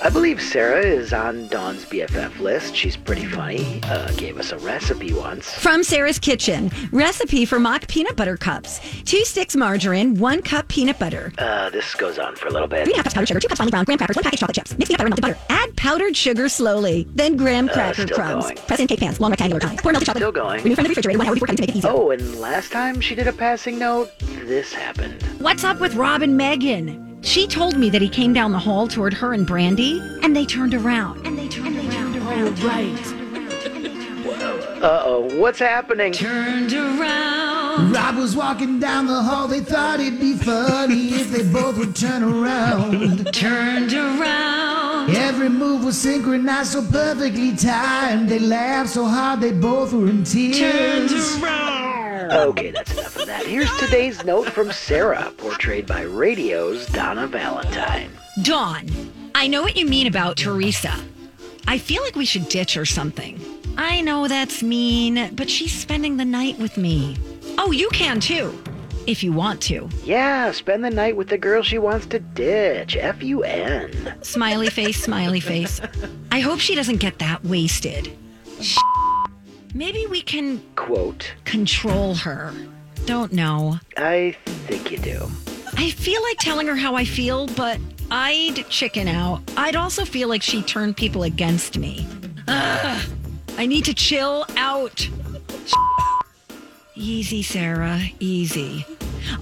I believe Sarah is on Dawn's BFF list. She's pretty funny. Uh, gave us a recipe once. From Sarah's Kitchen recipe for mock peanut butter cups: two sticks margarine, one cup peanut butter, Uh, this goes on for a little bit. three and a half cups powdered sugar, two cups finely ground graham crackers, one package chocolate chips, mix peanut butter and melted butter. Add powdered sugar slowly, then graham cracker Uh, still crumbs. going. Press in cake pans, long rectangular ties. Pour melted chocolate. Still going. Remove from the refrigerator one hour before cutting to make it easier. Oh, and last time she did a passing note, this happened. What's up with Rob and Megan? She told me that he came down the hall toward her and Brandy, and they turned around. And they turned around. Oh, Uh oh, what's happening? Turned around. Rob was walking down the hall. They thought it'd be funny if they both would turn around. Turned around. Every move was synchronized so perfectly timed. They laughed so hard they both were in tears. Turned around. Okay, that's enough of that. Here's today's note from Sarah, portrayed by radio's Donna Valentine. Dawn, I know what you mean about Teresa. I feel like we should ditch or something. I know that's mean, but she's spending the night with me. Oh, you can too, if you want to. Yeah, spend the night with the girl she wants to ditch. F U N. Smiley face, smiley face. I hope she doesn't get that wasted. Sh- Maybe we can Quote, control her. Don't know. I think you do. I feel like telling her how I feel, but I'd chicken out. I'd also feel like she turned people against me. Ugh, I need to chill out. easy, Sarah. Easy.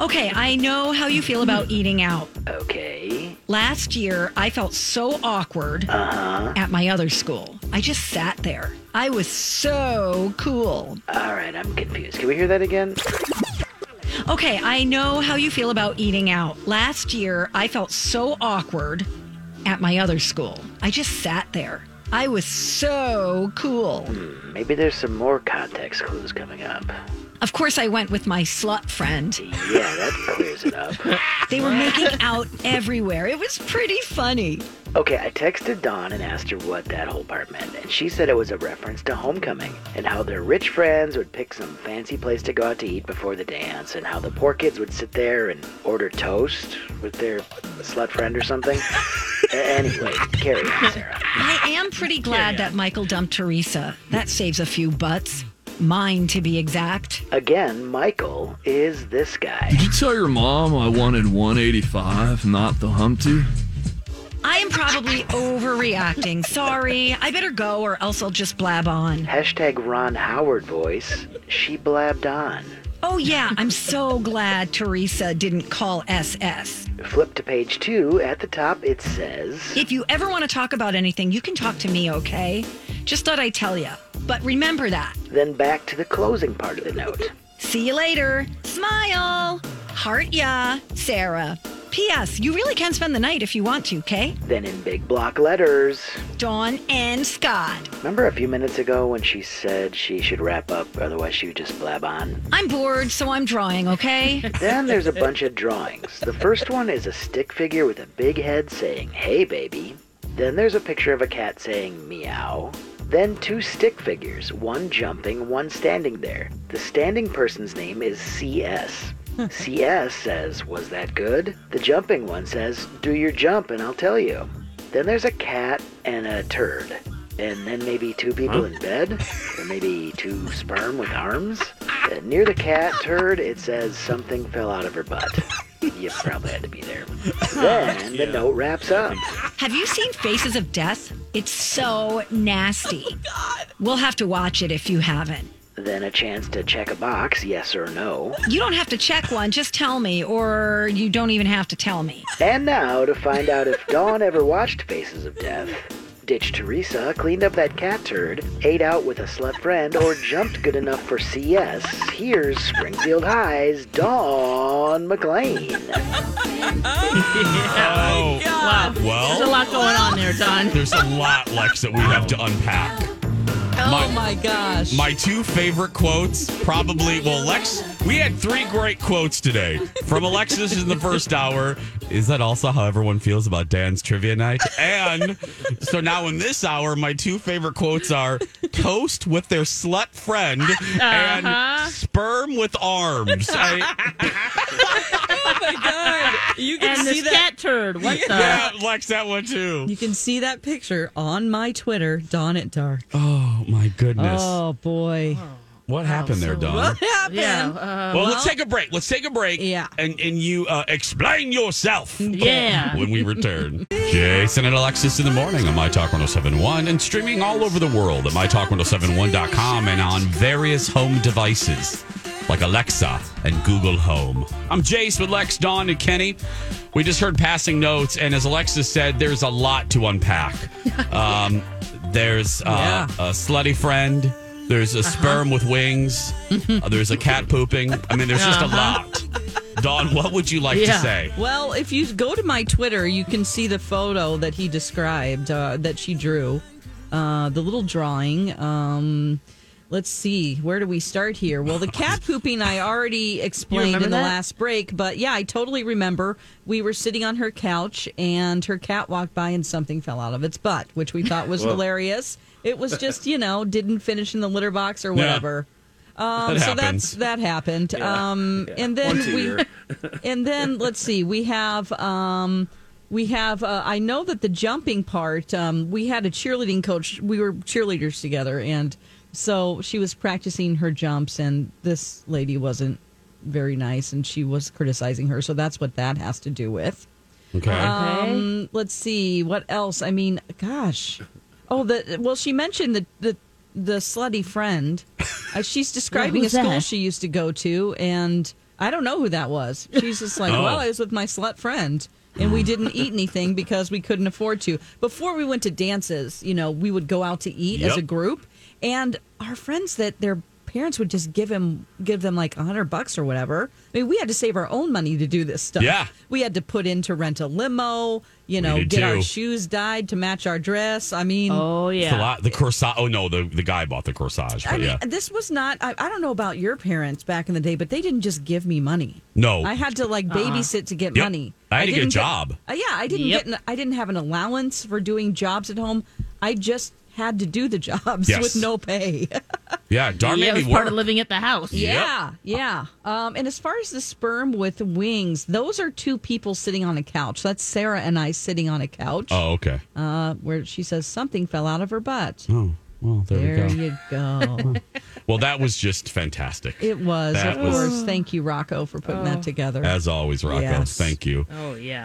Okay, I know how you feel about eating out. Okay. Last year, I felt so awkward at my other school. I just sat there. I was so cool. All right, I'm confused. Can we hear that again? Okay, I know how you feel about eating out. Last year, I felt so awkward at my other school. I just sat there. I was so cool. Maybe there's some more context clues coming up. Of course, I went with my slut friend. Yeah, that clears it up. They were making out everywhere. It was pretty funny. Okay, I texted Dawn and asked her what that whole part meant, and she said it was a reference to homecoming and how their rich friends would pick some fancy place to go out to eat before the dance, and how the poor kids would sit there and order toast with their slut friend or something. A- anyway, carry on, Sarah. I am pretty glad that Michael dumped Teresa. That saves a few butts. Mine, to be exact. Again, Michael is this guy. Did you tell your mom I wanted 185, not the Humpty? I am probably overreacting. Sorry. I better go, or else I'll just blab on. Hashtag Ron Howard voice. She blabbed on. Oh, yeah, I'm so glad Teresa didn't call SS. Flip to page two. At the top, it says. If you ever want to talk about anything, you can talk to me, okay? Just thought I'd tell you. But remember that. Then back to the closing part of the note. See you later. Smile. Heart ya, Sarah. P.S. You really can spend the night if you want to, okay? Then in big block letters. Dawn and Scott. Remember a few minutes ago when she said she should wrap up, otherwise she would just blab on? I'm bored, so I'm drawing, okay? Then there's a bunch of drawings. The first one is a stick figure with a big head saying, Hey, baby. Then there's a picture of a cat saying meow. Then two stick figures, one jumping, one standing there. The standing person's name is CS. CS says, Was that good? The jumping one says, Do your jump and I'll tell you. Then there's a cat and a turd. And then maybe two people in bed, or maybe two sperm with arms. And near the cat turd, it says something fell out of her butt. You probably had to be there. Then the note wraps up. Have you seen Faces of Death? It's so nasty. We'll have to watch it if you haven't. Then a chance to check a box, yes or no. You don't have to check one, just tell me, or you don't even have to tell me. And now to find out if Dawn ever watched Faces of Death, ditched Teresa, cleaned up that cat turd, ate out with a slut friend, or jumped good enough for CS, here's Springfield High's Dawn McLean. Oh, wow. Well, There's a lot going on there, Don. there's a lot, Lex, that we have to unpack. Oh my gosh. My two favorite quotes probably, well, Lex, we had three great quotes today from Alexis in the first hour. Is that also how everyone feels about Dan's trivia night? And so now in this hour, my two favorite quotes are toast with their slut friend Uh-huh. and sperm with arms. I, oh my god. You can and see this that. cat turd. What the? yeah, Lex, that one too. You can see that picture on my Twitter, Dawn at Dark. Oh, my goodness. Oh boy. Oh, what happened there, Don? What happened? Yeah. Uh, well, let's take a break. Let's take a break. Yeah. And and you uh, explain yourself. Yeah. When we return, Jason and Alexis in the morning on My Talk 1071 and streaming all over the world at MyTalk1071.com and on various home devices like Alexa and Google Home. I'm Jace with Lex, Dawn, and Kenny. We just heard passing notes, and as Alexis said, there's a lot to unpack. Um, there's uh, Yeah. a slutty friend. There's Uh-huh. a sperm with wings. Uh, there's a cat pooping. I mean, there's just a lot. Dawn, what would you like to Uh-huh. Yeah. say? Well, if you go to my Twitter, you can see the photo that he described, uh, that she drew, uh, the little drawing. Um, let's see, where do we start here? Well, the cat pooping I already explained in the remember that? last break, but yeah, I totally remember. We were sitting on her couch, and her cat walked by, and something fell out of its butt, which we thought was hilarious. It was just, you know, didn't finish in the litter box or whatever. Um, That so that's happens. that happened. Um, and then Once a we, year. and then let's see, we have, um, we have. Uh, I know that the jumping part. Um, we had a cheerleading coach. We were cheerleaders together, and so she was practicing her jumps, and this lady wasn't very nice, and she was criticizing her. So that's what that has to do with. Okay. Um, let's see what else. I mean, gosh. Oh, the well, she mentioned the the the slutty friend. Uh, she's describing a who's school that? she used to go to, and I don't know who that was. She's just like, Oh. well, I was with my slut friend. And we didn't eat anything because we couldn't afford to. Before we went to dances, you know, we would go out to eat as Yep. a group, and our friends that their parents would just give him give them like a hundred bucks or whatever. I mean, we had to save our own money to do this stuff. Yeah. we had to put in to rent a limo. You know, did get our too. shoes dyed to match our dress. I mean, Oh It's a yeah. lot- the corsage. Oh no, the, the guy bought the corsage. But I mean, uh, yeah, this was not. I, I don't know about your parents back in the day, but they didn't just give me money. No. I had to like babysit to get Yep. money. I had to get a didn't job. uh, yeah, I didn't Yep. get. An, I didn't have an allowance for doing jobs at home. I just had to do the jobs Yes. with no pay. yeah. Dar yeah, it made was me part work. of living at the house. Yep. Yeah, yeah. Um, and as far as the sperm with wings, those are two people sitting on a couch. That's Sarah and I sitting on a couch oh, okay. uh, where she says something fell out of her butt. oh, well, There there, we go. you go. Well, that was just fantastic. it was, That of was- course. Thank you, Rocco, for putting that together. As always, Rocco. Yes. Thank you. Oh yeah.